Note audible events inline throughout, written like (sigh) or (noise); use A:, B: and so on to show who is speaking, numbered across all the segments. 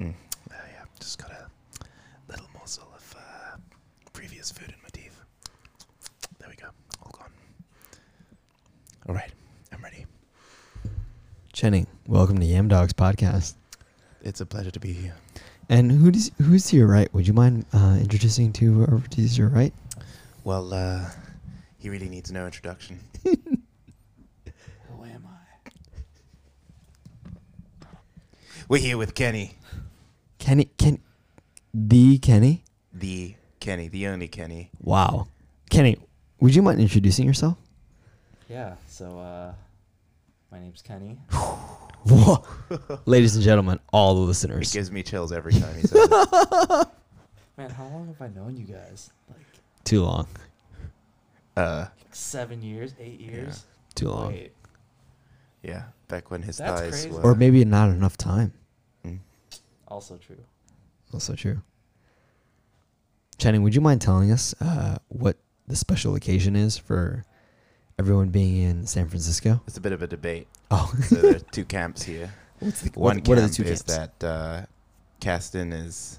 A: Mm. Uh, yeah, just got a little morsel of uh, previous food in my teeth. There we go. All gone. All right, I'm ready.
B: Chenning, welcome to Yam Dogs podcast.
A: It's a pleasure to be here.
B: And who does who's to your right? Would you mind uh, introducing to whoever to your right?
A: Well, uh, he really needs no introduction.
C: Who am I?
A: We're here with Kenny,
B: Kenny, Ken, the Kenny.
A: the Kenny, the only Kenny.
B: Wow, Kenny, would you mind introducing yourself?
C: Yeah, so uh my name's Kenny.
B: Whoa. (laughs) Ladies and gentlemen, all the listeners.
A: It gives me chills every time he says it.
C: Man, how long have I known you guys? Like
B: Too long.
A: Uh,
C: seven years, eight years?
B: Too long.
C: Wait.
A: yeah, back when his
C: That's
A: thighs
C: crazy.
A: were.
B: Or maybe not enough time.
A: Mm.
C: Also true.
B: Also true. Channing, would you mind telling us uh, what the special occasion is for everyone being in San Francisco?
A: It's a bit of a debate.
C: (laughs)
B: Oh,
A: So there are two camps here.
B: what's the,
A: One
B: what,
A: camp
B: what are the two
A: is
B: camps?
A: that uh, Caston is.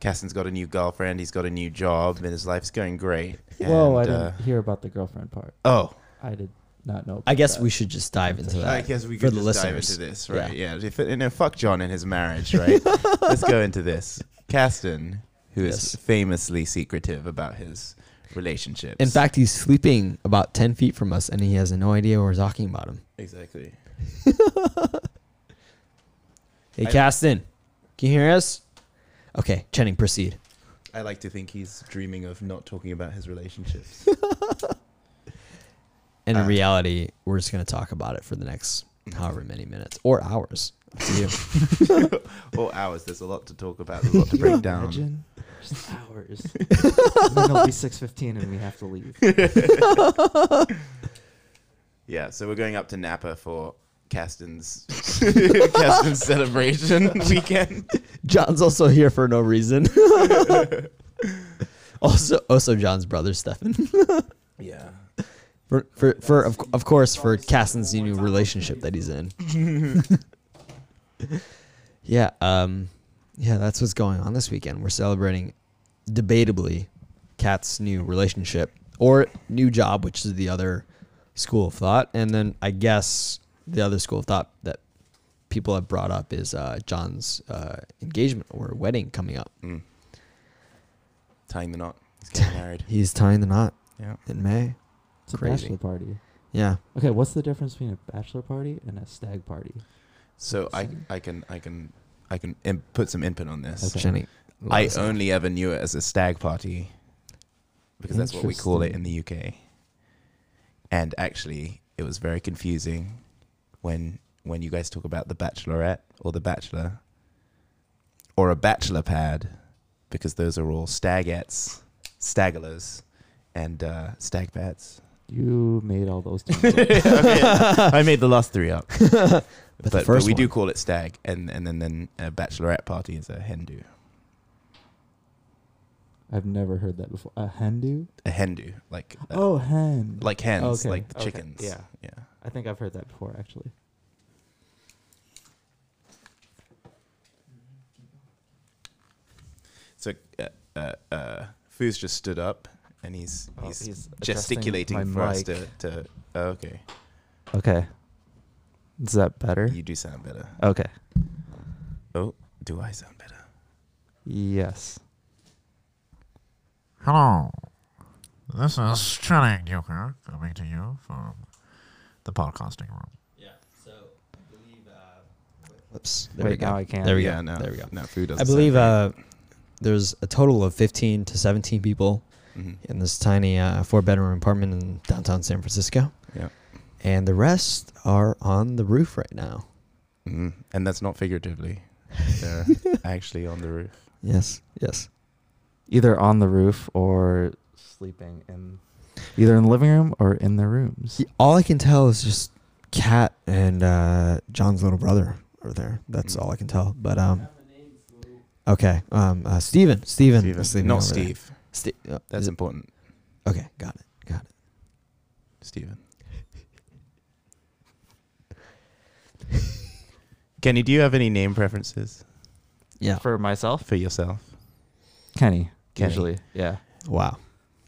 A: Caston's got a new girlfriend. He's got a new job, and his life's going great.
B: (laughs)
C: Whoa, I
A: and,
C: didn't
A: uh,
C: hear about the girlfriend part.
A: oh,
C: I did not know.
B: I
C: about
B: guess
C: that. (laughs)
B: we should just dive into that.
A: I guess we
B: for
A: could
B: the
A: just
B: listeners.
A: dive into this, right? Yeah. If, you know, fuck John and his marriage,
B: (laughs)
A: right? Let's go into this. Caston, who is
B: Yes.
A: famously secretive about his relationships.
B: In fact, he's sleeping about 10 feet from us and he has no idea we're talking about him.
A: exactly.
B: Hey,
A: I-
B: Caston, can you hear us? Okay, Channing, proceed.
A: I like to think he's dreaming of not talking about his
B: (laughs)
A: relationships.
B: And in
A: Uh,
B: reality, we're just going to talk about it for the next however many minutes or hours. Up to
A: (laughs)
B: you.
A: or ours. There's a lot to talk about. There's a lot to break down.
C: Imagine just hours. and then it'll be six fifteen and we have to leave.
A: Yeah. So we're going up to Napa for Caston's (laughs) Caston's (laughs) celebration weekend.
B: John's also here for no reason. (laughs) also, also John's brother Stefan.
A: Yeah.
B: For, for, for of, of course for Caston's new relationship that he's in. (laughs) yeah, um, yeah, that's what's going on this weekend. We're celebrating, debatably, Cat's new relationship or new job, which is the other school of thought, and then I guess the other school of thought that people have brought up is uh, John's uh, engagement or wedding coming up.
A: Mm. Tying the knot. He's getting married.
B: He's tying the knot
A: Yeah.
B: in May.
C: It's a
B: Crazy.
C: bachelor party.
B: Yeah,
C: Okay, what's the difference between a bachelor party and a stag party?
A: So I,
C: Same.
A: I can I can I can in- put some input on this.
C: Okay.
B: Jenny.
A: I only ever knew it as a stag party because that's what we call it in the UK. And actually, it was very confusing when when you guys talk about the bachelorette or the bachelor or a bachelor pad because those are all stagettes, stagglers, and uh, stag
B: (laughs)
A: pads. (laughs)
C: You made all those terms up.
A: Okay, I made the last three up.
B: (laughs) But
A: But,
B: the
A: but
B: first
A: we do
B: one-
A: call it stag, and and then then a bachelorette party is a Hindu,
C: I've never heard that before. A Hindu?
A: a Hindu like uh,
C: Oh, hen.
A: like hens,
C: okay,
A: like the
C: okay,
A: chickens.
C: yeah.
A: yeah.
C: I think I've heard that before, actually.
A: So uh, uh, uh, Foo's just stood up and he's
C: Oh,
A: he's,
C: he's adjusting my
A: gesticulating for us
C: mic.
A: to to. Oh, okay,
C: Okay. Is that better?
A: you do sound better.
C: Okay.
A: Do I sound better?
C: Yes.
D: Hello. This is Channing Yuka coming to you from the podcasting room.
B: Whoops. There
C: Wait,
B: we go.
C: now I can.
B: There we
A: yeah,
B: go.
A: No,
B: There we go.
A: No, Foo doesn't.
B: I believe
A: Sound
B: uh, there's a total of 15 to 17 people
A: great. Mhm.
B: in this tiny uh, four bedroom apartment in downtown San Francisco.
A: Yeah.
B: And the rest are on the roof right now.
A: Mhm. And that's not figuratively.
B: (laughs)
A: They're actually on the roof.
B: Yes. Yes.
C: Either on the roof or sleeping in either in the living room or in their rooms.
B: All I can tell is just Kat and uh, John's little brother are there. That's
A: Mm.
B: all I can tell. But um, okay. Um, uh, Steven. Steven.
A: Steven.
B: is sleeping
A: not
B: over there.
A: Steve.
B: Ste- uh,
A: That's
B: is it-
A: important,
B: okay. Got it. Got it. (laughs)
A: Steven. Kenny, do you have any name preferences?
B: Yeah.
C: for myself,
A: for yourself.
C: Kenny,
A: Kenny.
C: usually. Yeah.
B: Wow.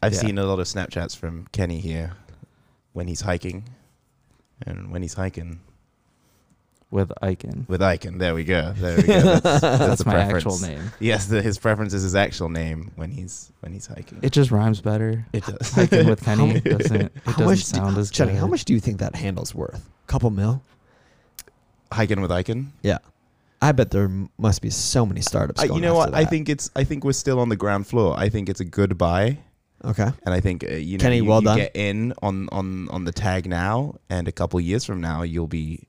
A: I've
C: Yeah.
A: seen a lot of Snapchats from Kenny here when he's hiking, and when he's hiking
C: With Icon.
A: with Icon. There we go. There we (laughs)
B: (laughs)
A: go. That's, that's
C: (laughs) That's
A: the
C: my
A: preference.
C: actual name.
A: Yes, the, his preference is his actual name when he's when he's hiking.
C: It just rhymes better.
A: (laughs) it does.
C: Icon with Kenny doesn't it
B: How
C: doesn't
B: much
C: sound
B: do,
C: as
B: Jenny, How
C: good.
B: much do you think that handle's worth? Couple mil?
A: hiking with Icon.
B: Yeah. I bet there m- must be so many startups.
A: I,
B: going
A: you know
B: after
A: what? I
B: that.
A: think it's. I think we're still on the ground floor. I think it's a good buy,
B: Okay.
A: and I think uh, you know
B: Kenny,
A: you,
B: well
A: you
B: done.
A: get in on on on the tag now, and a couple years from now, you'll be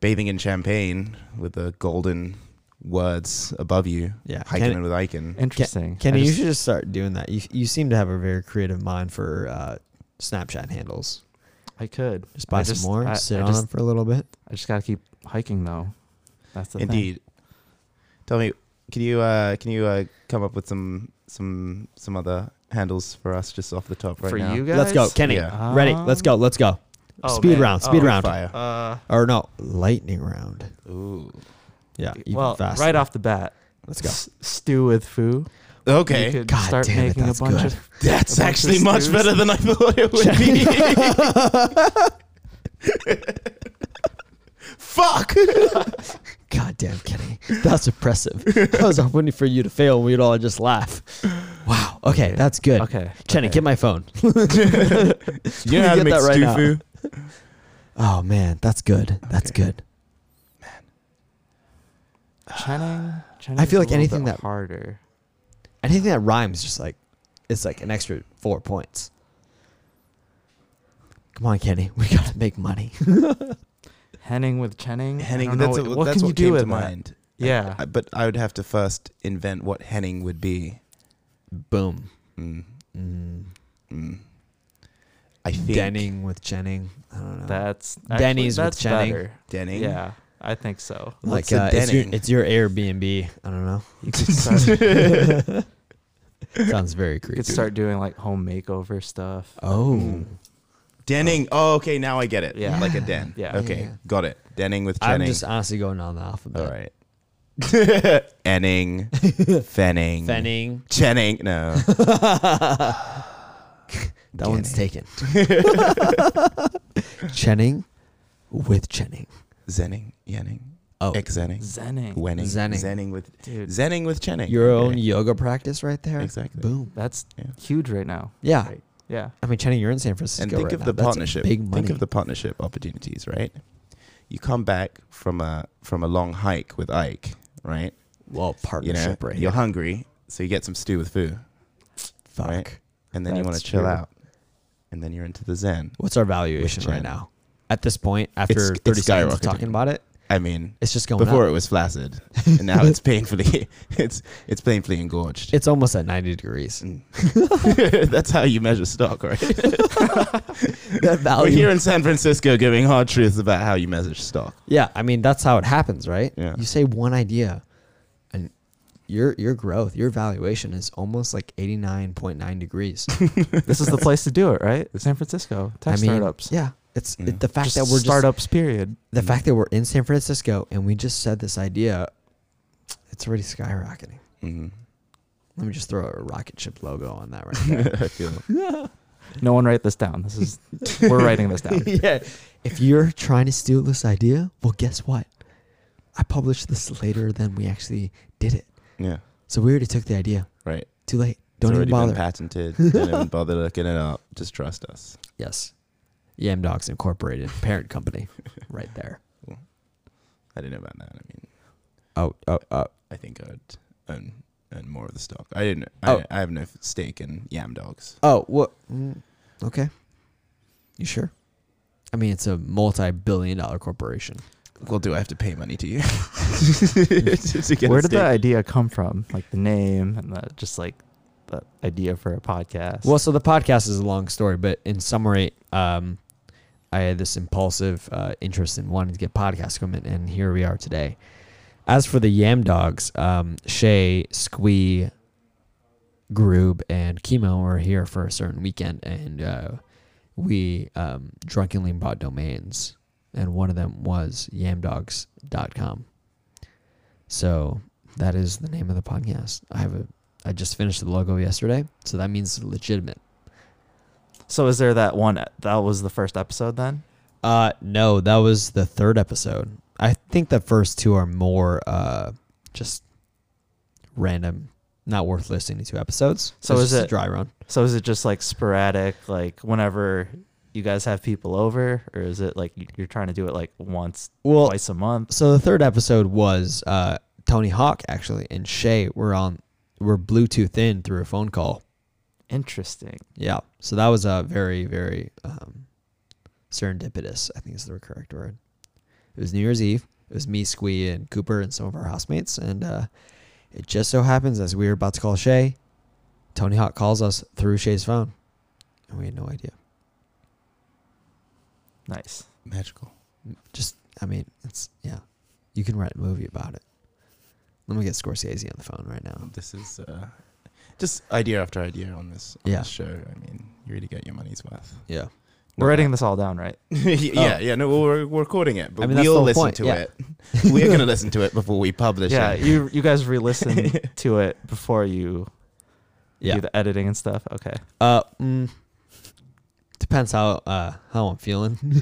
A: bathing in champagne with the golden words above you.
B: Yeah.
A: Hiking
B: Kenny,
A: with Icon.
C: Interesting.
B: Kenny
C: I
B: you
C: just-
B: should just start doing that. You you seem to have a very creative mind for uh, Snapchat handles.
C: I could.
B: Just buy
C: I
B: some
C: just-
B: more,
C: I-
B: sit
C: I
B: on
C: just-
B: them for a little bit.
C: I just gotta keep hiking though. That's the
A: Indeed. Tell me, can you uh, can you uh, come up with some some some other handles for us just off the top
C: thing.
A: right
C: for
A: now?
C: you guys.
B: Let's go, Kenny.
A: Yeah.
B: Ready? Let's
C: Um,
B: go. Let's go.
C: oh,
B: speed
C: man.
B: round. Speed
C: Oh,
B: round.
A: Fire.
C: Uh,
B: Or no, lightning round.
A: Ooh.
B: Yeah. Even
C: well,
B: faster.
C: right off the bat,
B: Let's go.
C: S- stew with foo.
A: Okay.
C: You could
B: God
C: start
B: damn it,
C: making
B: that's
C: a bunch
B: good.
C: of.
A: (laughs) That's
C: a bunch
A: actually
C: of
A: much
C: stews.
A: better than I thought it
C: (laughs)
A: would be.
B: (laughs)
A: Fuck!
B: God damn, Kenny. That's impressive. I was hoping for you to fail and we'd all just laugh. Wow. Okay, that's good.
C: Okay.
B: Kenny,
C: okay.
B: get my phone.
A: (laughs) You know how
B: get
A: to make
B: that right now.
A: stufu?
B: Oh, man. That's good. That's
A: Okay.
B: good.
C: Channing, Channing
B: I feel
C: is
B: like
C: a little
B: anything
C: bit
B: that-
C: harder.
B: Anything that rhymes just like it's like an extra four points. Come on, Kenny. We gotta make
A: (laughs)
B: money.
C: Henning with Channing. I
A: Henning,
C: don't know
A: that's
C: what,
A: what,
C: what
A: that's
C: can
A: what
C: you do
A: came
C: with
A: to
C: that?
A: mind.
C: Yeah.
A: I- but I would have to first invent what Henning would be.
B: Boom.
A: Mm,
B: Mm.
A: mm. I think
B: Denning with Chenning. I don't know.
C: That's
B: Denny's with
C: actually, that's
B: Channing.
C: better.
A: Denning.
C: Yeah, I
A: (laughs)
C: think so.
B: like
A: What's a
B: uh, it's, your,
A: Denning?
B: it's your Airbnb. I don't
A: (laughs)
B: know.
C: You could start, you
B: Sounds very creepy.
C: could start doing like home makeover stuff.
B: Oh,
A: Mm. Denning. Oh, okay. Now I get it.
C: Yeah.
A: Like a den.
C: Yeah.
A: Okay.
B: Yeah.
A: Got it. Denning with
B: I'm
A: Channing.
B: just honestly going on the alphabet.
A: All right. (laughs)
B: (laughs)
A: Enning. Fenning.
B: Fenning.
A: Chenning.
B: (laughs)
A: No.
B: That one's
A: Jenning.
B: taken. (laughs) Chenning with Chenning.
A: Zenning. Yenning.
B: Oh,
A: Exenning.
C: Zenning,
A: Wenning.
B: Zenning.
A: Zenning with
C: dude,
A: Zenning with Chenning.
B: your
A: Okay.
B: own yoga practice right there.
A: Exactly.
B: Boom.
C: that's
A: Yeah.
C: huge right now.
B: Yeah.
A: Right.
C: Yeah,
B: I mean, Chenning, you're in San Francisco.
A: And think
B: right
A: of
B: now.
A: the
B: That's
A: partnership.
B: Big money.
A: Think of the partnership opportunities, right? You come back from a from a long hike with Ike, right?
B: well
A: You know,
B: partnership right
A: you're
B: here.
A: hungry, so you get some stew with foo,
B: Fuck.
A: right? and then you want to
C: That's
A: chill
C: true.
A: out, and then you're into the Zen.
B: What's our valuation right
A: Chenning.
B: now? At this point,
A: It's-
B: after
A: it's
B: 30 seconds of
A: skyrocketing.
B: talking about it,
A: I mean,
B: it's just going
A: before
B: up.
A: it was flaccid, (laughs) and now it's painfully (laughs) it's it's painfully engorged.
B: It's almost at 90 degrees.
A: Mm. (laughs) That's how you measure stock, right?
B: that
A: We're
B: value. (laughs)
A: here in San Francisco giving hard truths about how you measure stock.
B: Yeah, I mean that's how it happens, right?
A: Yeah.
B: You say one idea, and your your growth, your valuation is almost like eighty nine point
A: (laughs)
B: nine degrees.
C: this is the place to do it, right? San Francisco tech
B: I mean,
C: startups.
B: Yeah, it's
A: Yeah.
B: it- the fact
C: Just
B: that we're startup.
C: startups. Period.
B: the fact that we're in San Francisco and we just said this idea. It's already skyrocketing.
A: (laughs) Mm-hmm.
B: Let me just throw a rocket ship logo on that right there.
C: No one write this down. This is (laughs) we're writing this
B: (laughs)
C: down.
B: yeah. If you're trying to steal this idea, well, guess what? I published this later than we actually did it.
A: yeah,
B: So we already took the idea.
A: right.
B: Too late.
A: it's
B: Don't even
A: already
B: bother.
A: been patented. Don't (laughs) even bother looking it up. Just trust us.
B: Yes. Yam Dogs Incorporated, parent (laughs) company, right there.
A: I didn't know about that. I mean,
B: Oh, oh, oh.
A: I think I'd own own more of the stock. I didn't.
B: Oh.
A: I, I have no stake in Yam Dogs.
B: Oh, what? Mm, okay. You sure? I mean, it's a multi billion dollar corporation.
A: Well, do I have to pay money to you? (laughs) to get a
C: Where did
A: stake?
C: the idea come from? Like the name and the just like the idea for a podcast.
B: Well, so the podcast is a long story, but in summary, um, I had this impulsive uh, interest in wanting to get podcast equipment, and here we are today. As for the Yam Dogs, um, Shay, Squee, Groob, and Chemo were here for a certain weekend, and uh, we um, drunkenly bought domains, and one of them was yamdogs.com. So That is the name of the podcast. I have a I just finished the logo yesterday, so that means legitimate.
C: So is there that one that was the first episode then?
B: Uh no, that was the third episode. I think the first two are more uh just random, not worth listening to episodes.
C: So
B: It's
C: is
B: just a
C: it-
B: dry run?
C: So is it just like sporadic, like whenever you guys have people over, or is it like you- you're trying to do it like once,
B: Well,
C: twice a month?
B: so the third episode was uh Tony Hawk actually and Shay were on were Bluetooth in through a phone call.
C: Interesting.
B: Yeah. So that was a very, very um, serendipitous, I think is the correct word. It was New Year's Eve. It was me, Squee, and Cooper, and some of our housemates. And uh, it just so happens, as we were about to call Shay, Tony Hawk calls us through Shay's phone. And we had no idea.
C: Nice.
A: Magical.
B: Just, I mean, it's, yeah. You can write a movie about it. Let me get Scorsese on the phone right now.
A: This is uh, just idea after idea on this, on
B: Yeah.
A: this show. I mean, you really get your money's worth. Oh.
B: Yeah.
C: We're writing this all down, right?
A: (laughs) yeah, yeah. No, we're, we're recording it, but
B: I mean, that's the
A: we'll
B: whole
A: listen
B: point,
A: to
B: yeah.
A: it. (laughs) we're gonna listen to it before we publish
C: yeah,
A: it. (laughs)
C: you you
B: (laughs)
C: guys re-listen to it before you
B: Yeah.
C: do the editing and stuff. Okay.
B: Uh, mm, depends how uh, how I'm feeling. (laughs)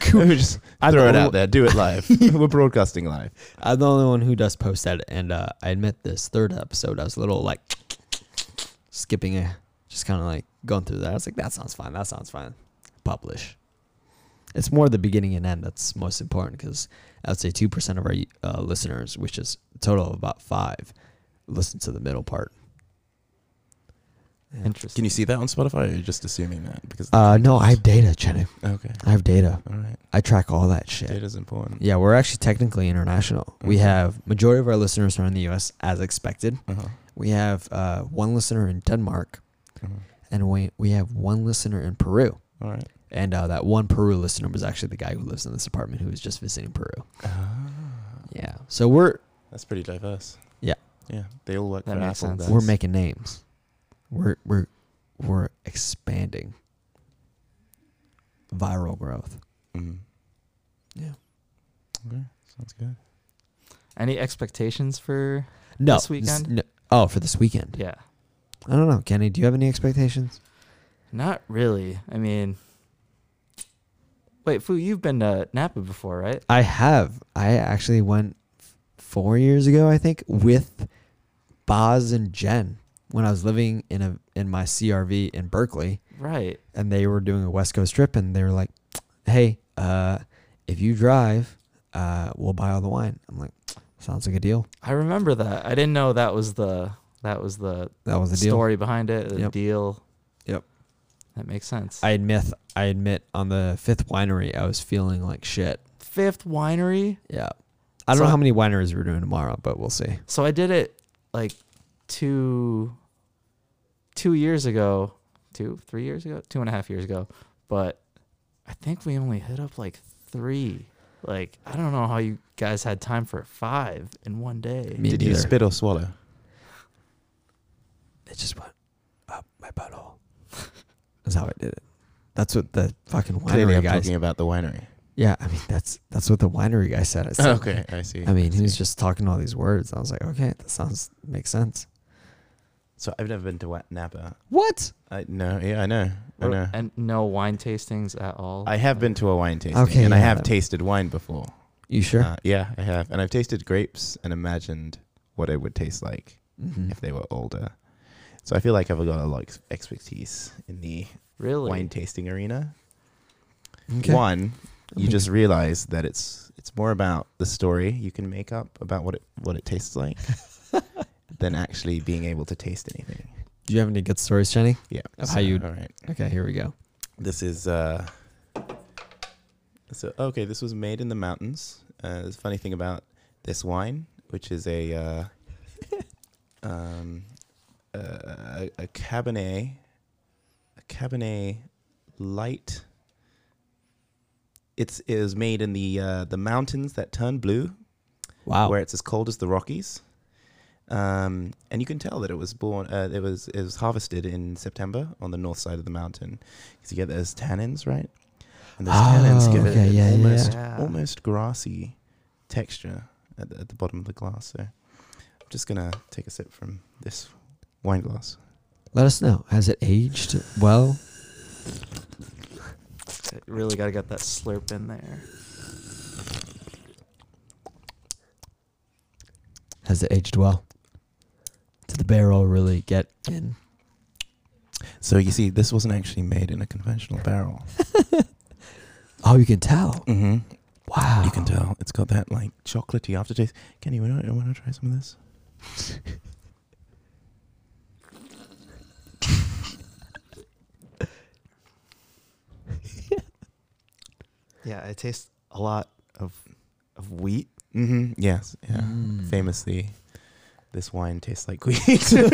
B: Cool.
A: We just
B: I'm
A: throw
B: the
A: it
B: only
A: out there. Do it (laughs) live. we're broadcasting live.
B: I'm the only one who does post edit, and uh, I admit this third episode, I was a little like skipping it, just kind of like going through that. I was like, that sounds fine. That sounds fine. Publish. It's more the beginning and end that's most important because I would say two percent of our uh, listeners, which is a total of about five, listen to the middle part. Yeah.
C: Interesting.
A: Can you see that on Spotify? Or are you just assuming that because
B: Uh, no, I have data, Jenny.
A: okay,
B: I have data.
A: all right,
B: I track all that shit.
A: data's important.
B: Yeah, we're actually technically international. We
A: Mhm.
B: have majority of our listeners are in the U.S. as expected.
A: Uh-huh.
B: We have uh, one listener in Denmark,
A: Uh-huh.
B: and we we have one listener in Peru.
A: All right.
B: And uh, that one Peru listener was actually the guy who lives in this apartment who was just visiting Peru.
A: Uh-huh.
B: Yeah, so we're
A: That's pretty diverse.
B: Yeah.
A: Yeah. They all work
C: That
A: for
C: makes
A: Apple.
C: sense.
B: we're
C: Nice.
B: making names. We're we're we're expanding. Viral growth.
A: Mm.
B: Yeah.
A: Okay. Sounds good.
C: Any expectations for?
B: No,
C: This weekend?
B: no- oh, for this weekend.
C: Yeah.
B: I don't know, Kenny. Do you have any expectations?
C: Not really. I mean, wait, Fu, you've been to Napa before, right?
B: I have. I actually went f- four years ago, I think, with Boz and Jen when I was living in a in my CRV in Berkeley,
C: Right.
B: and they were doing a West Coast trip, and they were like, "Hey, uh, if you drive, uh, we'll buy all the wine." I'm like, "Sounds like a deal."
C: I remember that. I didn't know that was the that was the
B: That was a deal.
C: story behind it, the
B: Yep.
C: deal.
B: Yep.
C: That makes sense.
B: I admit, I admit, on the fifth winery, I was feeling like shit.
C: Fifth winery.
B: Yeah, I don't
C: So-
B: know how many wineries we're doing tomorrow, but we'll see.
C: So I did it like two two years ago, two, three years ago, two and a half years ago. But I think we only hit up like three. Like I don't know how you guys had time for five in one day.
B: Me
A: Did you
B: neither.
A: spit or swallow?
B: it just went up my butthole. (laughs) that's how I did it. That's what the fucking
A: Clearly,
B: winery
A: I'm
B: guy.
A: talking about the winery.
B: Yeah, I mean that's that's what the winery guy said. It's like-
A: okay, I see.
B: I mean, he was
A: see.
B: just talking all these words. I was like, okay, that sounds makes sense.
A: So I've never been to Wat Napa.
B: What?
A: I no, yeah, I know, I
C: Or-
A: know.
C: And no wine tastings at all.
A: I have been to a wine tasting,
B: Okay,
A: and I
B: yeah,
A: have
B: that-
A: tasted wine before.
B: You sure?
A: Uh, yeah, I have, and I've tasted grapes and imagined what it would taste like
B: Mhm.
A: if they were older. So I feel like I've got a lot of expertise in the
C: really.
A: wine tasting arena.
B: Okay.
A: One, you
B: Okay. (laughs)
A: just realize that it's it's more about the story you can make up about what it what it tastes
B: (laughs)
A: like than actually being able to taste anything.
B: Do you have any good stories, Jenny?
A: Yeah.
B: Of how you-
A: All right.
B: Okay, here we go.
A: This is uh. So okay, this was made in the mountains. Uh, there's a funny thing about this wine, which is a uh, um, uh, a cabernet, a cabernet light. It's it was made in the uh, the mountains that turn blue,
B: Wow.
A: where it's as cold as the Rockies. Um, and you can tell that it was born, uh, it was it was harvested in September on the north side of the mountain because you get those tannins, right? And those tannins give
B: Oh,
A: it
B: okay,
A: an
B: yeah, yeah,
A: almost
C: yeah.
A: almost grassy texture at the, at the bottom of the glass. So just gonna take a sip from this wine glass.
B: Let us know. Has it aged well?
C: Really gotta get that slurp in there.
B: Has it aged well? Did the barrel really get in?
A: So you see, this wasn't actually made in a conventional barrel.
B: Oh, you can tell.
A: mm-hmm.
B: Wow.
A: You can tell it's got that like chocolatey aftertaste. Kenny, you want to try some of this?
C: Yeah, it tastes a lot of of wheat.
A: Mm-hmm. Yes. Yeah.
B: Mm.
A: Famously, this wine tastes like (laughs) wheat.
C: so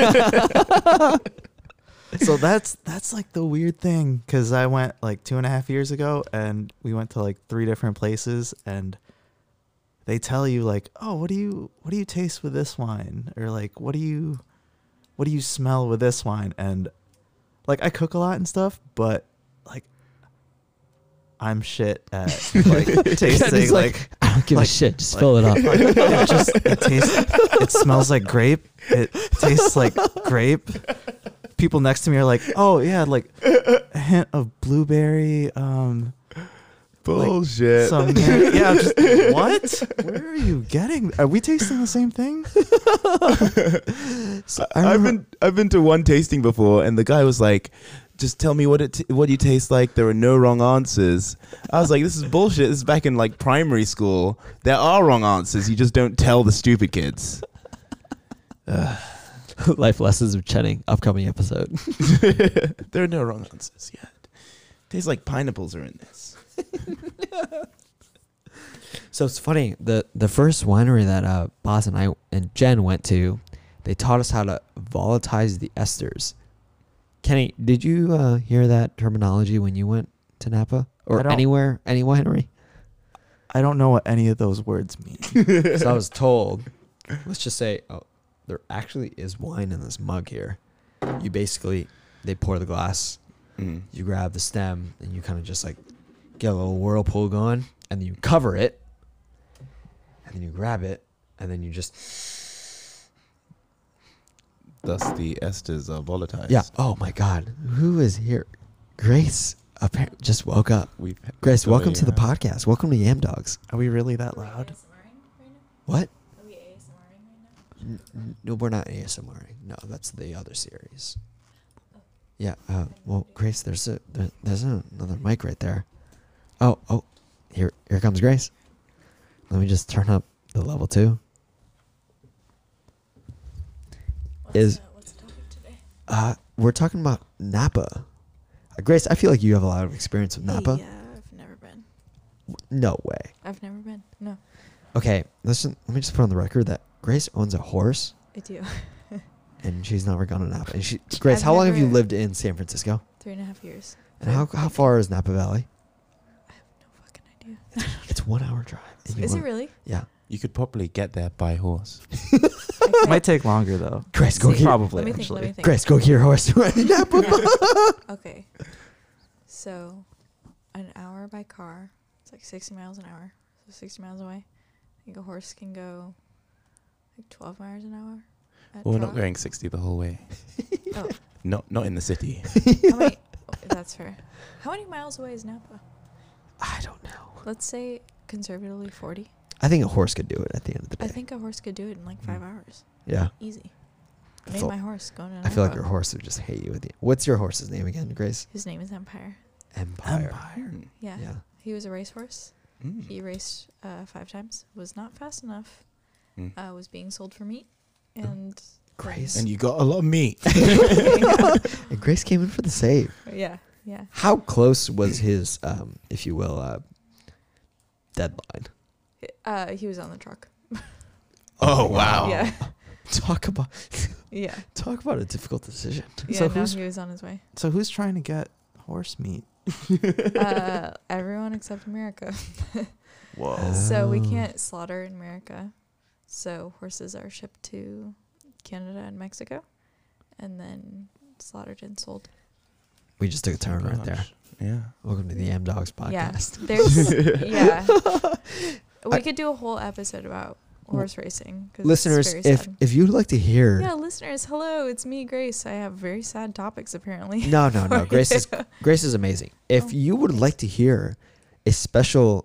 C: that's that's like the weird thing because I went like two and a half years ago, and we went to like three different places, and they tell you like, oh, what do you what do you taste with this wine, or like what do you what do you smell with this wine, and like I cook a lot and stuff, but like I'm shit at like
B: (laughs)
C: tasting
B: Kenny's like,
C: like
B: I don't give
C: Like-
B: a shit. Just
C: like-
B: fill it up.
A: (laughs)
C: it just it tastes it smells like grape. It tastes like grape. People next to me are like, "Oh yeah, like a hint of blueberry." Um,
A: Bullshit.
C: some hint- yeah. I'm Just, what? Where are you getting? Are we tasting the same thing? So I
A: I've
C: remember-
A: been I've been to one tasting before, and the guy was like, "Just tell me what it t- what you taste like. There are no wrong answers." I was like, "This is bullshit. This is back in like primary school. There are wrong answers. You just don't tell the stupid kids."
B: (sighs) Life lessons of Chenning. Upcoming episode.
A: (laughs) there are no wrong answers yet. Tastes like pineapples are in this.
B: So it's funny. the The first winery that uh, Boss and I and Jen went to, they taught us how to volatilize the esters. Kenny, did you uh, hear that terminology when you went to Napa
C: I
B: or
C: don't-
B: anywhere, any winery?
C: I don't know what any of those words mean.
B: (laughs) so I was told. Let's just say, oh, there actually is wine in this mug here. You basically, they pour the glass,
A: Mm.
B: you grab the stem, and you kind of just like get a little whirlpool going, and then you cover it, and then you grab it, and then you just
A: Thus, the esters are volatile.
B: Yeah. Oh my God. Who is here? Grace apparently just woke up.
A: We've uh,
B: Grace, welcome to the podcast. Welcome to Yam Dogs.
C: Are we really that loud?
B: What? N- n- No, we're not ASMR. No, that's the other series. Yeah. Uh, well, Grace, there's a there, there's another mic right there. Oh, oh, here here comes Grace. Let me just turn up the level two. Is uh, we're talking about Napa. Uh, Grace, I feel like you have a lot of experience with Napa.
E: Yeah, I've never been.
B: No way.
E: I've never been. No,
B: Okay, let's just, let me just put on the record that Grace owns a horse
E: I do. (laughs)
B: and she's never gone to Napa. And she, Grace,
E: I've
B: how long have you
E: never-
B: lived in San Francisco?
E: Three and a half years.
B: And how how far is Napa Valley?
E: No fucking idea.
B: It's one hour drive. and you
E: Is it
B: wanna-
E: really?
B: Yeah.
A: You could probably get there by horse.
E: Okay.
C: Might take longer though.
B: Grace, go
E: See,
B: get
C: Probably
E: Let me think.
C: actually.
E: Let me
B: (laughs)
E: think.
B: Grace, go get your horse.
E: (laughs) Okay. So, an hour by car. It's like 60 miles an hour. So 60 miles away. I think a horse can go like 12 miles an hour. at
A: Well, we're not
E: trot.
A: going sixty the whole way.
E: (laughs) Oh.
A: Not not in the city.
E: How many, oh, that's fair. How many miles away is Napa?
B: I don't know.
E: Let's say conservatively 40.
B: I think a horse could do it at the end of the day.
E: I think a horse could do it in like five hours.
B: yeah.
E: Easy.
B: Hmm. I
E: Made
B: feel,
E: my horse going to
B: I feel like
E: Napa.
B: your horse would just hate you. At the, what's your horse's name again, Grace?
E: His name is Empire.
B: Empire.
A: Mm.
E: Yeah.
B: Yeah.
E: He was a racehorse.
A: Mm.
E: He raced uh, five times. Was not fast enough.
A: Mm.
E: Uh, was being sold for meat. And
B: Grace.
A: And you got a lot of meat.
B: And Grace came in for the save.
E: yeah, yeah.
B: How close was his, um, if you will, uh, deadline?
E: Uh, he was on the truck.
A: Oh,
B: my
A: wow.
B: God.
E: Yeah,
B: (laughs)
E: (laughs)
B: Talk about (laughs)
E: yeah.
B: talk about a difficult decision.
E: Yeah.
C: So
E: no,
C: who's-
E: he was on his way.
C: So who's trying to get horse meat?
E: Uh, everyone except America. (laughs)
C: Whoa.
E: So we
B: Oh.
E: can't slaughter in America. So horses are shipped to Canada and Mexico, and then slaughtered and sold.
B: We just took a turn right there.
A: Gosh. Yeah.
B: Welcome to the M Dogs
E: Yeah.
B: podcast. (laughs)
E: There's yeah. we could do a whole episode about horse racing. 'cause it's
B: Listeners,
E: very
B: if
E: sad.
B: if you'd like to hear,
E: yeah, (laughs) listeners, hello, it's me, Grace. I have very sad topics apparently.
B: no, no, no,
E: (laughs) for Oh.
B: Grace is
E: you.
B: Grace is amazing. If you would like to hear a special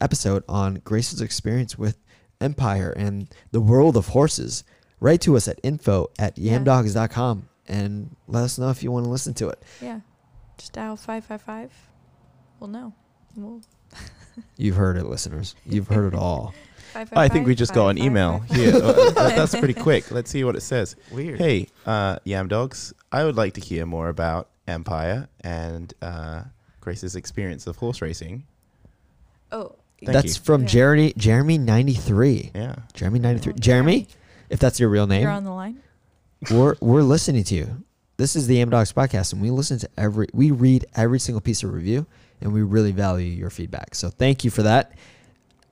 B: episode on Grace's experience with Empire and the world of horses, write to us at info at
E: Yeah.
B: yamdogs.com and let us know if you want to listen to it.
E: yeah, just dial five five five. Well, no, well,
B: You've heard it, listeners. You've heard it all.
E: five five.
A: Oh, I think we just got an
E: (laughs)
A: email here. Uh, that- that's pretty quick. Let's see what it says.
C: Weird.
A: Hey, uh, Yam Dogs, I would like to hear more about Empire and uh, Grace's experience of horse racing.
E: Oh,
A: (laughs) Thank
B: that's
A: you.
B: from
E: Yeah.
B: Jeremy Jeremy ninety three.
A: Yeah.
B: Jeremy ninety three.
E: Oh,
B: Jeremy, if that's your real
E: you're
B: name,
E: on the line.
B: we're we're listening to you. This is the Am Dogs podcast, and we listen to every we read every single piece of review, and we really value your feedback. So thank you for that.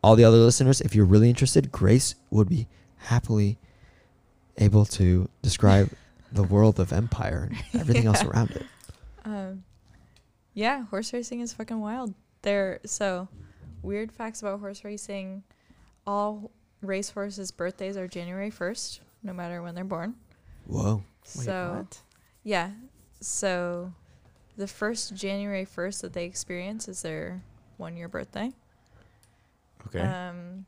B: All the other listeners, if you're really interested, Grace would be happily able to
E: (laughs)
B: describe the world of Empire and everything else
E: Yeah.
B: around it.
E: Um, yeah, horse racing is fucking wild. There, so weird facts about horse racing. All race horses' birthdays are January first, no matter when they're born.
B: Whoa.
C: Wait,
E: so
C: what?
E: yeah, so the first January first that they experience is their one year birthday.
A: Okay.
E: Um,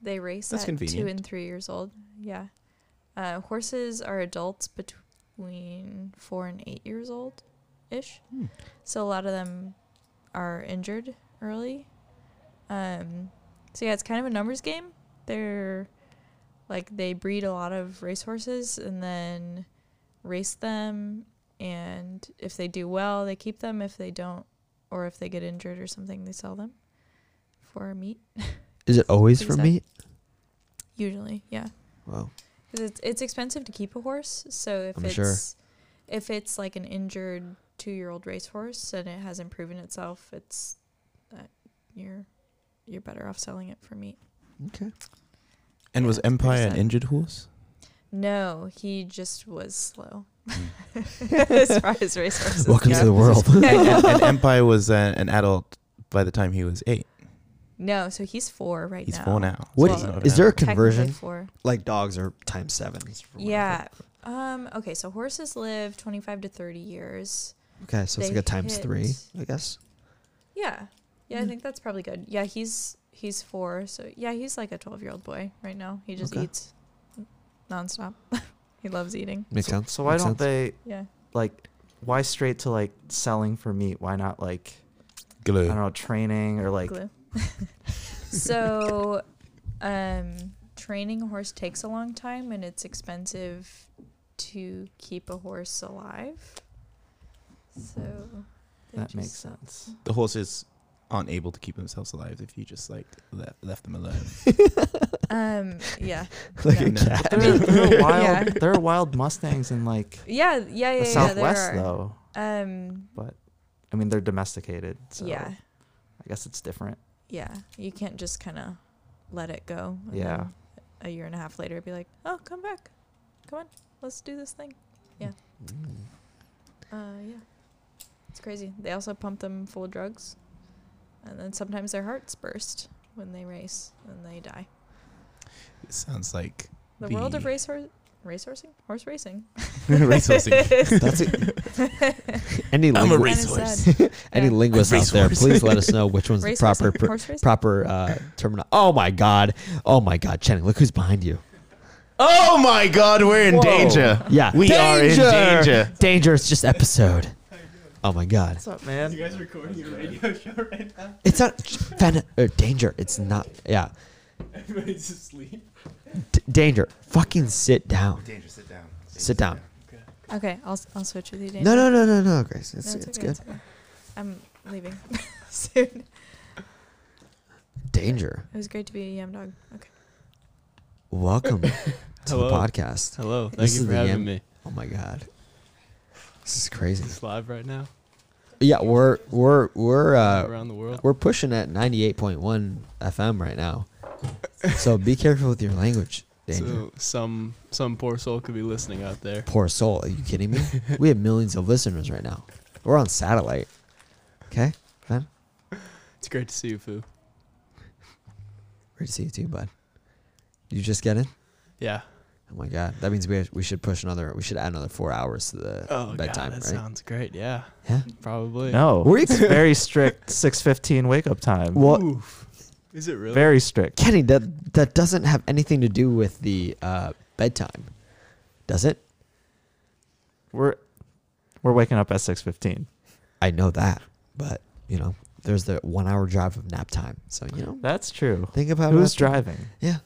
E: they race
A: That's
E: at
A: convenient.
E: two and three years old. Yeah, uh, horses are adults between four and eight years old, ish.
A: Hmm.
E: So a lot of them are injured early. Um, so yeah, it's kind of a numbers game. They're like they breed a lot of racehorses and then race them. And if they do well, they keep them. If they don't, or if they get injured or something, they sell them for meat.
B: Is it always
E: Please
B: from
E: don't.
B: me?
E: Usually, yeah,
B: Wow.
E: because it's it's expensive to keep a horse. So if
B: I'm
E: it's
B: sure.
E: if it's like an injured two year old racehorse and it hasn't proven itself, it's uh, you're you're better off selling it for meat.
A: and was
E: yeah, that's pretty
A: Empire an
E: sad.
A: injured horse?
E: No, he just was slow. (laughs) as far as racehorses
B: Welcome
E: go.
B: to the world.
A: (laughs) and, and Empire was uh, an adult by the time he was eight.
E: (laughs) No, so he's four right
A: He's
E: now.
A: four now.
B: What-
A: so he's not
B: is
A: an
B: there a
A: adult.
E: Technically
B: conversion?
E: Four.
B: Like dogs are times seven. from what I've
E: Yeah.
B: heard.
E: Um. Okay. So horses live twenty five to thirty years.
B: Okay, so it's
E: They
B: like a times three,
E: hit-
B: I guess.
E: Yeah. Yeah, I
B: Mm.
E: think that's probably good. Yeah, he's he's four, so yeah, he's like a twelve year old boy right now. He just
B: Okay.
E: eats nonstop. (laughs) he
C: (laughs)
E: loves eating.
B: Makes sense.
C: So why
B: Makes
C: don't
B: sense.
C: they
E: Yeah.
C: like? Why straight to like selling for meat? Why not like I
A: Glue.
C: don't know training or like
E: glue. so um training a horse takes a long time and it's expensive to keep a horse alive. So they
C: that makes
E: just sell-
C: sense.
A: The horses aren't able to keep themselves alive if you just like left, left them alone.
E: (laughs) Um yeah.
B: like
E: Yeah.
B: a
A: No.
B: cat?
C: There, (laughs) there are wild
E: Yeah.
C: there are wild mustangs in like
E: Yeah, yeah, yeah,
C: the
E: yeah.
C: Southwest
E: there are.
C: though.
E: Um
C: I mean they're domesticated. So
E: yeah.
C: I guess it's different.
E: yeah, you can't just kind of let it go. Um, And
C: Yeah.
E: then a year and a half later, be like, oh, come back, come on, let's do this thing.
B: Mm.
E: Uh, yeah, it's crazy. They also pump them full of drugs, and then sometimes their hearts burst when they race and they die.
A: It (laughs) sounds like
E: The world of
A: The- (laughs)
E: race (laughs) horse, race horsing, horse racing.
A: racehorse.
B: That's a, any
A: I'm a
B: lingu-
E: Kinda
A: racehorse.
B: (laughs)
E: sad.
B: any
E: yeah.
B: linguists out there,
A: Racehorse.
B: please let us know which one's the
E: Race
B: proper
E: horsing,
B: pr-
E: horse racing.
B: proper uh, terminal. Oh my god! Oh my god, Channing, look who's behind you.
A: Oh my God, we're in
C: Whoa.
A: danger.
B: Yeah,
A: We are in danger.
B: Danger! It's just episode. Oh my god!
C: What's up, man?
B: It's not fen- uh, danger. It's not. Yeah,
F: Everybody's asleep.
B: D- danger. Fucking sit down.
A: Danger, sit down.
B: Sit down.
E: okay, I'll s- I'll switch with you. Dana.
B: No, no, no, no, no, Grace. It's,
E: No,
B: it's,
E: okay,
B: good.
E: okay. I'm leaving (laughs) soon.
B: Danger.
E: It was great to be a yam dog. Okay.
B: Welcome to
F: Hello.
B: the podcast.
F: Hello, thank
B: This
F: you
B: is
F: for
B: the
F: having
B: yam-
F: me.
B: Oh my god, this is crazy.
F: It's live right now,
B: Yeah, we're we're we're uh,
F: around the world.
B: we're pushing at ninety eight point one FM right now. So be careful with your language, danger.
F: So some some poor soul could be listening out there.
B: Poor soul, are you kidding me? we have millions of listeners right now. We're on satellite. Okay, man.
F: It's great to see you, Foo.
B: Great to see you too, bud. you just get in?
A: Yeah.
B: Oh my god, that means we we should push another. We should add another four hours to the
A: Oh,
B: bedtime,
A: God, that
B: right?
A: sounds great. Yeah,
B: yeah.
A: probably.
C: No,
B: Were you-
C: it's very strict. Six fifteen wake up time.
B: Well,
A: Oof. Is it really?
C: Very strict.
B: Kenny, that that doesn't have anything to do with the uh, bedtime, does it?
C: We're we're waking up at six fifteen.
B: I know that, but you know, there's the one hour drive of nap time. So you know,
C: That's true.
B: think about
C: Who's
B: that.
C: driving?
B: Yeah.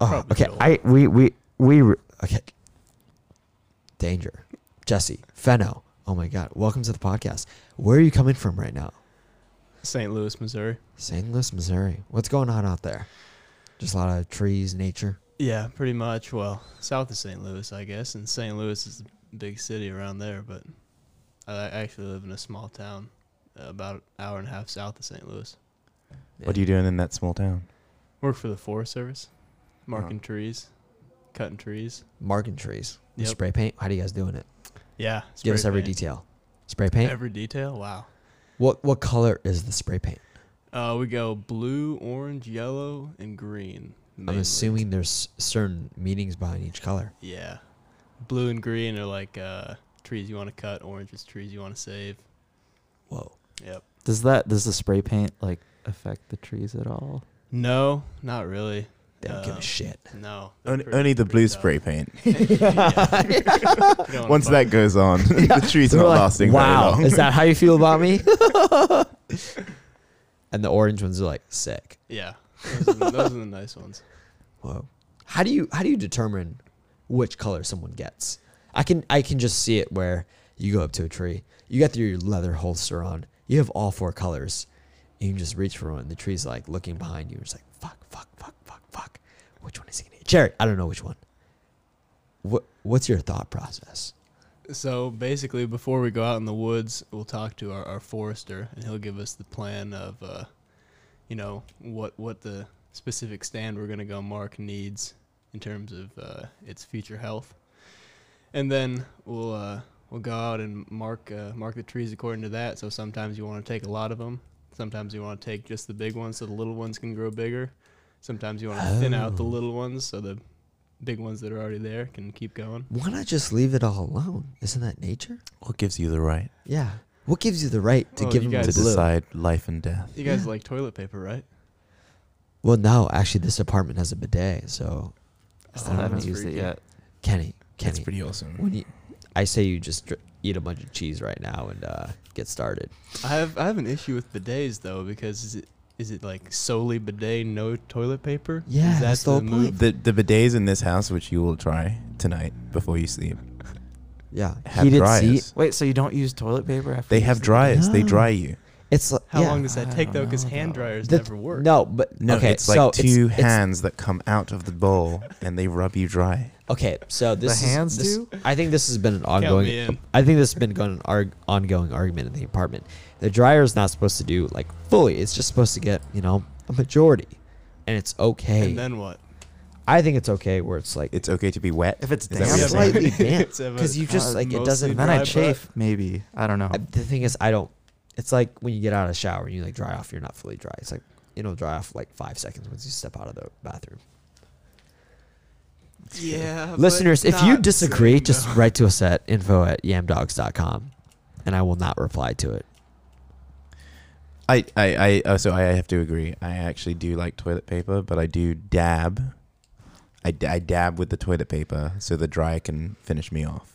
B: Oh,
A: Probably
B: okay.
A: Joel.
B: I we we we re- okay. Danger, Jesse Fenno. Oh my God! Welcome to the podcast. Where are you coming from right now?
A: St. Louis, Missouri.
B: St. Louis, Missouri. What's going on out there? Just a lot of trees, nature.
A: Yeah, pretty much. Well, south of St. Louis, I guess, and St. Louis is the big city around there. But I I actually live in a small town, uh, about an hour and a half south of St. Louis.
D: What are you doing in that small town? Uh-huh.
A: Work for the Forest Service, marking trees, cutting trees.
B: Marking trees. You
A: Yep.
B: Spray paint. How do you guys doing it?
A: Yeah,
B: Give us
A: spray
B: every
A: paint.
B: detail. Spray paint.
A: Every detail. Wow.
B: what what color is the spray paint?
A: Uh, we go blue, orange, yellow, and green. mainly.
B: I'm assuming there's certain meanings behind each color.
A: Yeah, blue and green are like uh, trees you want to cut. Orange is trees you want to save.
B: Whoa.
A: Yep.
C: Does that does the spray paint like affect the trees at all?
A: No, not really.
B: They don't give
A: Uh,
B: a
D: (laughs)
B: shit.
A: No. they're
D: Only,
A: pretty-
D: only the
A: pretty
D: blue
A: dumb.
D: spray paint.
A: Yeah.
B: (laughs)
A: You don't wanna
D: (laughs) Once
A: fuck-
D: that goes (laughs) on, the tree's
B: They're
D: not
B: like,
D: lasting
B: wow,
D: very long.
B: is that how you feel about
D: (laughs)
B: me? and the orange ones are like sick.
A: Yeah. Those are, the, those are the nice ones.
B: Whoa. How do you how do you determine which color someone gets? I can I can just see it where you go up to a tree, you got your leather holster on, you have all four colors, and you can just reach for one. The tree's like looking behind you, and it's like fuck, fuck, fuck, fuck, fuck. Which one is he gonna get? Jared, I don't know which one. What what's your thought process?
A: So basically, before we go out in the woods, we'll talk to our, our forester, and he'll give us the plan of, uh, you know, what what the specific stand we're gonna go mark needs in terms of uh, its future health, and then we'll uh, we'll go out and mark uh, mark the trees according to that. So sometimes you want to take a lot of them, sometimes you want to take just the big ones so the little ones can grow bigger. Sometimes you want to thin out the
B: Oh.
A: little ones so the big ones that are already there can keep going.
B: Why not just leave it all alone? Isn't that nature?
D: What gives you the right
B: Yeah. What gives you the right to
A: Well,
B: give
A: you
B: him
A: guys-
B: the
D: to
B: blue?
D: decide life and death?
A: You guys
B: Yeah.
A: like toilet paper, right?
B: Well, no, actually, this apartment has a bidet, so
C: I
B: Still haven't
C: haven't
A: that's
C: used it
A: freaky.
C: yet.
B: Kenny,
D: That's
B: Kenny,
D: pretty awesome.
B: when you, I say you just dr- eat a bunch of cheese right now and uh, get started.
A: I have I have an issue with bidets though because is it is it like solely bidet no toilet paper?
B: Yeah,
A: is
B: that's the whole point.
D: The the bidets in this house, which you will try tonight before you sleep,
B: Yeah,
D: have dryers.
C: Wait, so you don't use toilet paper after?
D: They
C: you
D: have
C: use it?
D: dryers. They
B: No.
D: dry you.
B: It's like,
A: How
B: yeah.
A: long does that
C: I
A: take
C: don't
A: though? Because
C: know
A: hand
C: about
A: dryers
B: The-
A: never work.
B: No, but
D: No,
B: okay,
D: it's like
B: so
D: two
B: it's-
D: hands that come out of the bowl and they rub you dry.
B: Okay, so this is-
C: hands
B: this-
C: do?
B: I think this has been an
A: Count
B: ongoing.
A: me in.
B: I think this has been going an arg- ongoing argument in the apartment. The dryer is not supposed to do like fully. It's just supposed to get you know a majority, and it's okay.
A: And then what?
B: I think it's okay where it's like
D: It's okay to be wet.
C: If it's
D: Is that
C: damp,
D: what you're saying?
B: slightly
A: (laughs)
B: damp
A: It's about-
B: because you just
C: Uh,
B: like it
A: mostly
B: doesn't.
C: And then I
A: Dry,
C: chafe, maybe. I don't know.
B: I- the thing is, I don't. It's like when you get out of the shower and you like dry off. You're not fully dry. It's like it'll dry off like five seconds once you step out of the bathroom.
A: Yeah. but
B: Listeners, if you
A: not
B: disagree,
A: same, (laughs)
B: just
A: though.
B: write to us at info at yamdogs.com, and I will not reply to it.
D: I, I, I uh, so I have to agree. I actually do like toilet paper, but I do dab. I, d- I dab with the toilet paper so the dryer can finish me off.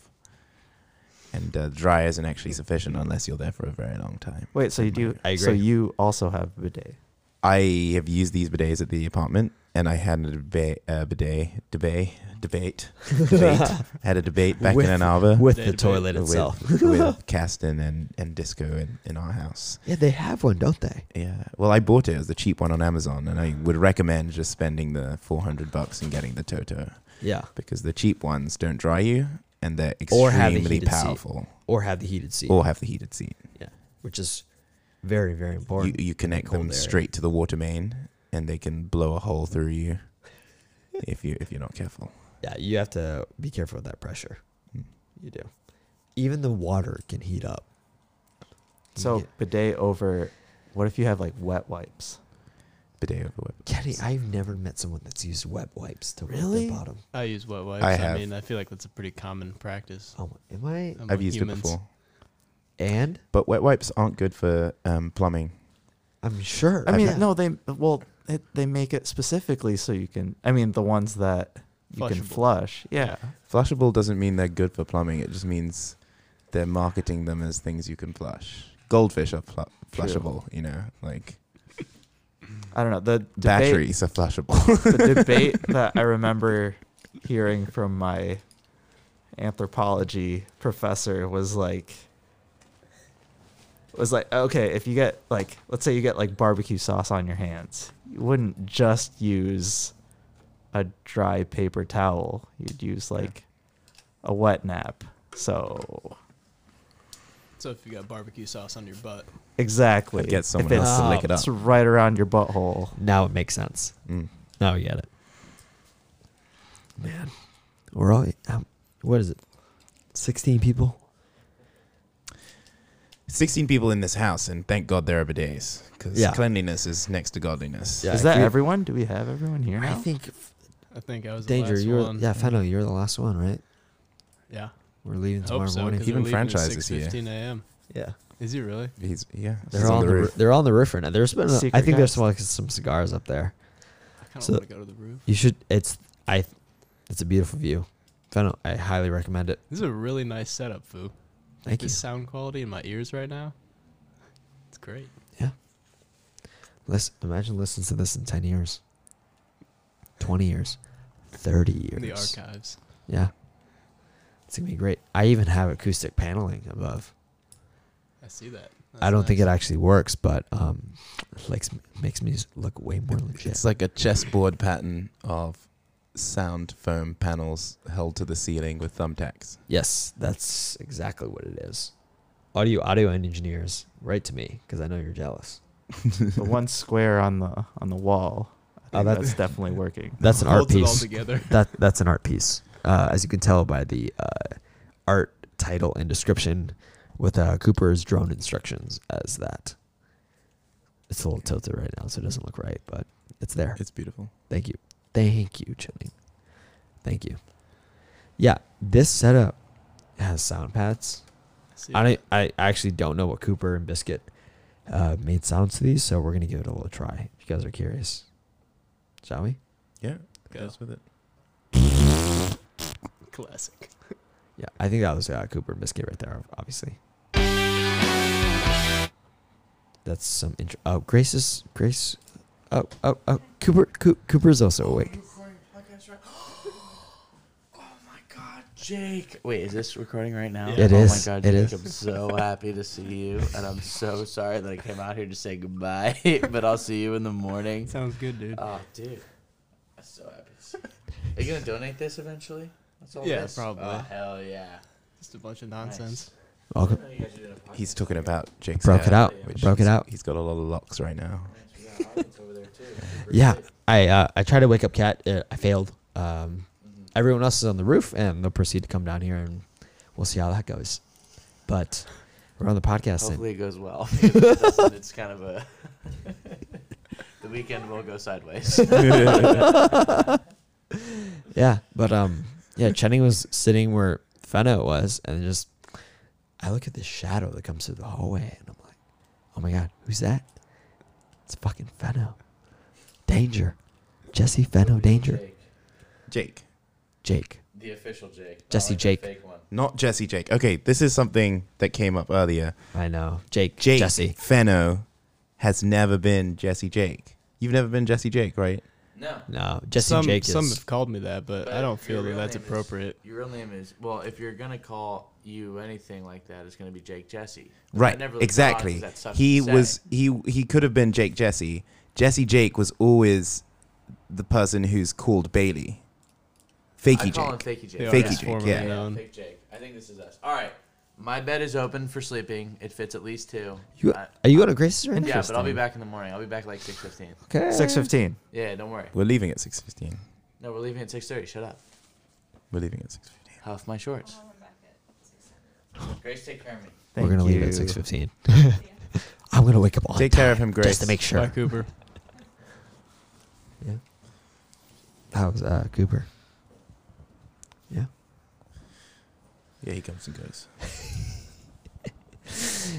D: And uh, the dryer isn't actually sufficient unless you're there for a very long time.
C: Wait, so you do?
B: I
C: So
B: agree.
C: you also have a bidet?
D: I have used these bidets at the apartment, and I had a debate, uh, bidet, debate, debate, debate. had a debate back
B: With-
D: in Ann Arbor
B: With
A: Day
B: the
A: debate.
B: toilet
D: with,
B: itself.
D: (laughs) with Caston and, and Disco in, in our house.
B: Yeah, they have one, don't they?
D: Yeah. Well, I bought it as a cheap one on Amazon, and I would recommend just spending the four hundred bucks and getting the Toto
B: Yeah.
D: because the cheap ones don't dry you, and they're
B: Or have the
D: extremely
B: heated seat.
D: powerful,
B: Or have the heated seat,
D: or have the heated seat.
B: which is very, very
D: You,
B: important.
D: you connect
B: cold
D: them
B: air.
D: straight to the water main, and they can blow a hole through you if you if you're not careful.
B: yeah, you have to be careful with that pressure.
D: Mm.
B: You do. Even the water can heat up. You
C: So
B: get-
C: bidet over. What if you have like wet wipes?
D: Bidet over wet.
B: Teddy, I've never met someone that's used wet wipes to wipe
C: Really?
B: their bottom.
A: I use wet wipes.
D: I
A: I,
D: have.
A: mean, I feel like that's a pretty common practice.
B: Oh, my- am I?
D: I've
A: among
D: used
A: humans.
D: it before,
B: And
D: but wet wipes aren't good for um, plumbing.
B: I'm sure.
C: I mean,
B: Yeah.
C: no, they well, it, they make it specifically so you can. I mean, the ones that you can
A: Flushable.
C: flush. Yeah.
D: Flushable doesn't mean they're good for plumbing. It just means they're marketing them as things you can flush. Goldfish are flu-
C: True.
D: flushable, you know, like
C: I don't know. The debate,
D: batteries are flushable.
C: the debate that I remember hearing from my anthropology professor was like was like okay if you get like let's say you get like barbecue sauce on your hands you wouldn't just use a dry paper towel you'd use like a wet nap so
A: So if you got barbecue sauce on your butt,
C: exactly
D: I'd get
C: If
D: someone
C: it's-
D: else to
B: Ah,
D: lick it up.
C: it's right around your butthole
B: now it makes sense.
D: Mm.
B: Now we get it. Man, we're all um, what is it? Sixteen people.
D: 16 people in this house, and thank God there are bidets because
B: Yeah.
D: cleanliness is next to godliness.
B: Yeah.
C: is that
B: you-
C: everyone do we have everyone here now?
B: think
A: I think I was
B: danger.
A: The last
B: You were
A: one.
B: yeah, Fennel. You're the last one, right?
A: yeah.
B: We're
A: I
B: leaving
A: hope
B: tomorrow
A: so.
B: morning.
A: 'cause
D: Even
A: we're leaving at
D: franchises here.
A: 6:15 a.m.
B: Yeah,
A: Is he really?
D: He's, yeah.
B: they're
D: he's
B: on, the, roo- they're on the roof right now. There's been a- I
C: Secret
B: think there's
C: guest.
B: some, like some cigars up there.
A: I kind of
B: So-
A: want to go to the roof.
B: You should. It's I. It's a beautiful view. Fennel, I highly recommend it.
A: This is a really nice setup, Foo.
B: Thank
A: The
B: you.
A: sound quality in my ears right now, it's great.
B: Listen, imagine listening to this in ten years, twenty years, thirty years.
A: In the archives.
B: Yeah. It's gonna be great. I even have acoustic paneling above.
A: I see that.
B: I
A: That's
B: don't think
A: nice.
B: it actually works, but um, it likes, makes me look way more legit.
D: It's like a chessboard pattern of sound foam panels held to the ceiling with thumbtacks.
B: yes, that's exactly what it is. Audio audio engineers, write to me because I know you're jealous. (laughs)
C: the one square on the on the wall. I
B: Oh,
C: think
B: that's- (laughs)
C: that's definitely working.
B: That's an art
A: Holds it all
B: piece. (laughs)
A: together.
B: That that's an art piece, uh, as you can tell by the uh, art title and description, with uh, Cooper's drone instructions as that. It's a little tilted right now, so it doesn't look right, but it's there.
D: It's beautiful.
B: Thank you. Thank you, Channing. Thank you. Yeah, this setup has sound pads.
A: I see
B: I
A: that.
B: don't, I actually don't know what Cooper and Biscuit uh, made sounds to these, so we're gonna give it a little try. If you guys are curious, shall we?
D: Yeah.
A: Go.
D: Goes with it.
A: Classic.
B: Yeah, I think that was uh, Cooper and Biscuit right there. Obviously, that's some intro. Oh, Grace is Grace. Oh, oh, oh. Cooper, Coo- Cooper's also awake.
G: Jake, wait, is this recording right now?
A: Yeah. It
G: oh
B: is.
G: my god,
B: It
G: Jake,
B: is.
G: I'm so happy to see you, and I'm so sorry that I came out here to say goodbye, but I'll see you in the morning.
A: Sounds good, dude.
G: Oh, dude, I'm so happy to see you. Are you gonna donate this eventually? That's all
A: Yeah,
G: this?
A: probably.
G: Oh, hell yeah.
A: Just a bunch of nonsense.
B: Welcome.
G: Nice. I know you guys are doing a podcast.
D: He's talking about Jake's
B: Broke it
D: hair,
B: out.
D: which
B: Broke it
D: he's-
B: out.
D: He's got a lot of locks right now.
G: Yeah, Harlan's over there, too. Super
B: Yeah,
G: sick.
B: I uh, I tried to wake up Cat. Uh, I failed. Um, everyone else is on the roof, and they'll proceed to come down here, and we'll see how that goes. But we're on the podcast, and
G: Hopefully it goes well.
B: (laughs)
G: because if it doesn't, it's kind of a. (laughs) the weekend will go sideways.
B: (laughs) yeah. But um, yeah, Channing was sitting where Feno was, and just I look at this shadow that comes through the hallway, and I'm like, oh my god, who's that? It's fucking Feno. Danger, Jesse Feno. Danger,
G: Jake,
D: Jake.
B: Jake.
G: the official Jake. not
B: Jesse
G: like the
B: Jake.
G: fake one.
D: Not Jesse Jake. Okay, this is something that came up earlier.
B: I know, Jake.
D: Jake
B: Jesse.
D: Fenno has never been Jesse Jake. You've never been Jesse Jake, right?
G: No.
B: No, Jesse
A: some
B: Jake is.
A: some have called me that, but, I
G: But
A: don't
G: your
A: feel that
G: real
A: that's
G: name is-
A: appropriate.
G: Your real name is well. If you're gonna call you anything like that, it's gonna be Jake Jesse. I
D: Right.
G: never really
D: exactly.
G: thought that such
D: He
G: a say.
D: was he he could have been Jake Jesse. Jesse Jake was always the person who's called Bailey. Fakey
G: I
D: Jake.
G: call him Fakey Jake.
A: They are
D: Fakey
A: just
D: Jake,
A: formerly
D: yeah.
G: Yeah,
A: known.
G: fake Jake. I think this is us. All right. My bed is open for sleeping. It fits at least two.
B: You,
G: I-
B: are you going to Grace's right now?
G: yeah, but I'll be back in the morning. I'll be back like six fifteen.
B: Okay.
C: Six fifteen.
G: Yeah, don't worry.
D: We're leaving at six fifteen.
G: No, we're leaving at six thirty. Shut up.
D: We're leaving at six fifteen.
G: Huff my shorts. Grace, take care of me.
B: We're
C: Thank
B: gonna leave
C: you.
B: at six fifteen. I'm gonna wake up on
D: Take care of
B: time
D: him, Grace.
B: just to make
A: Bye,
B: sure.
A: Cooper.
B: Yeah. How's uh, Cooper? Yeah.
D: Yeah, he comes and goes.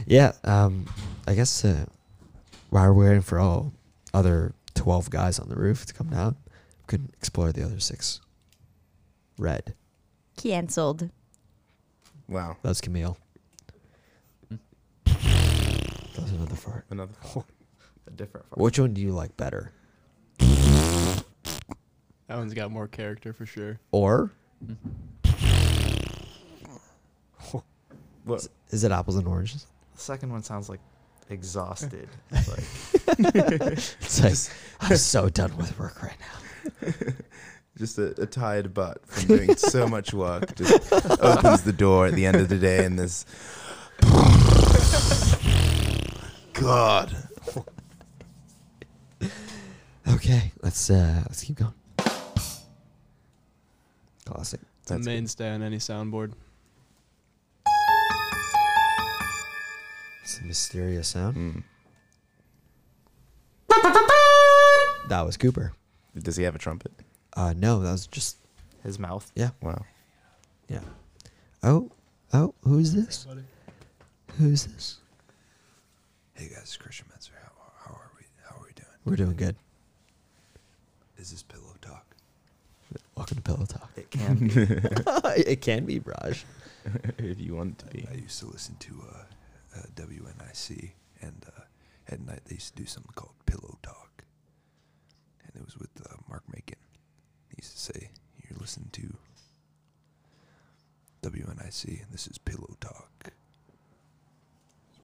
B: Yeah. Um, I guess uh, while we're waiting for all other 12 guys on the roof to come down, we could explore the other six. Red.
H: Cancelled.
D: Wow,
B: That's Camille.
G: Hmm.
B: That was another fart.
D: another.
C: A different fart.
B: Which one do you like better?
A: That one's got more character for sure.
B: Or
D: What?
B: is it apples and oranges?
C: The second one sounds like exhausted.
B: (laughs)
C: It's like
B: It's like, I'm so done with work right now.
D: Just a, a tired butt from
B: (laughs)
D: doing so much work just opens the door at the end of the day, and this. God.
B: Okay, let's uh let's keep going. Classic.
A: It's a
D: That's good.
A: mainstay on any soundboard.
B: It's a mysterious sound.
D: Mm.
B: That was Cooper.
D: Does he have a trumpet?
B: Uh no, that was just
C: his mouth.
D: Wow.
B: oh oh who's this? Who's this?
I: Hey guys, it's Christian Metzer. How, how are we? How are we doing?
B: We're doing good.
I: Is this pillow talk?
B: Welcome to Pillow Talk.
C: It can be.
D: (laughs)
B: it can be (laughs) Raj.
D: if you want to be.
I: I used to listen to uh, uh, WNIC, and uh, at night they used to do something called pillow talk, and it was with uh, Mark Macon. He used to say, "You're listening to WNIC, and this is pillow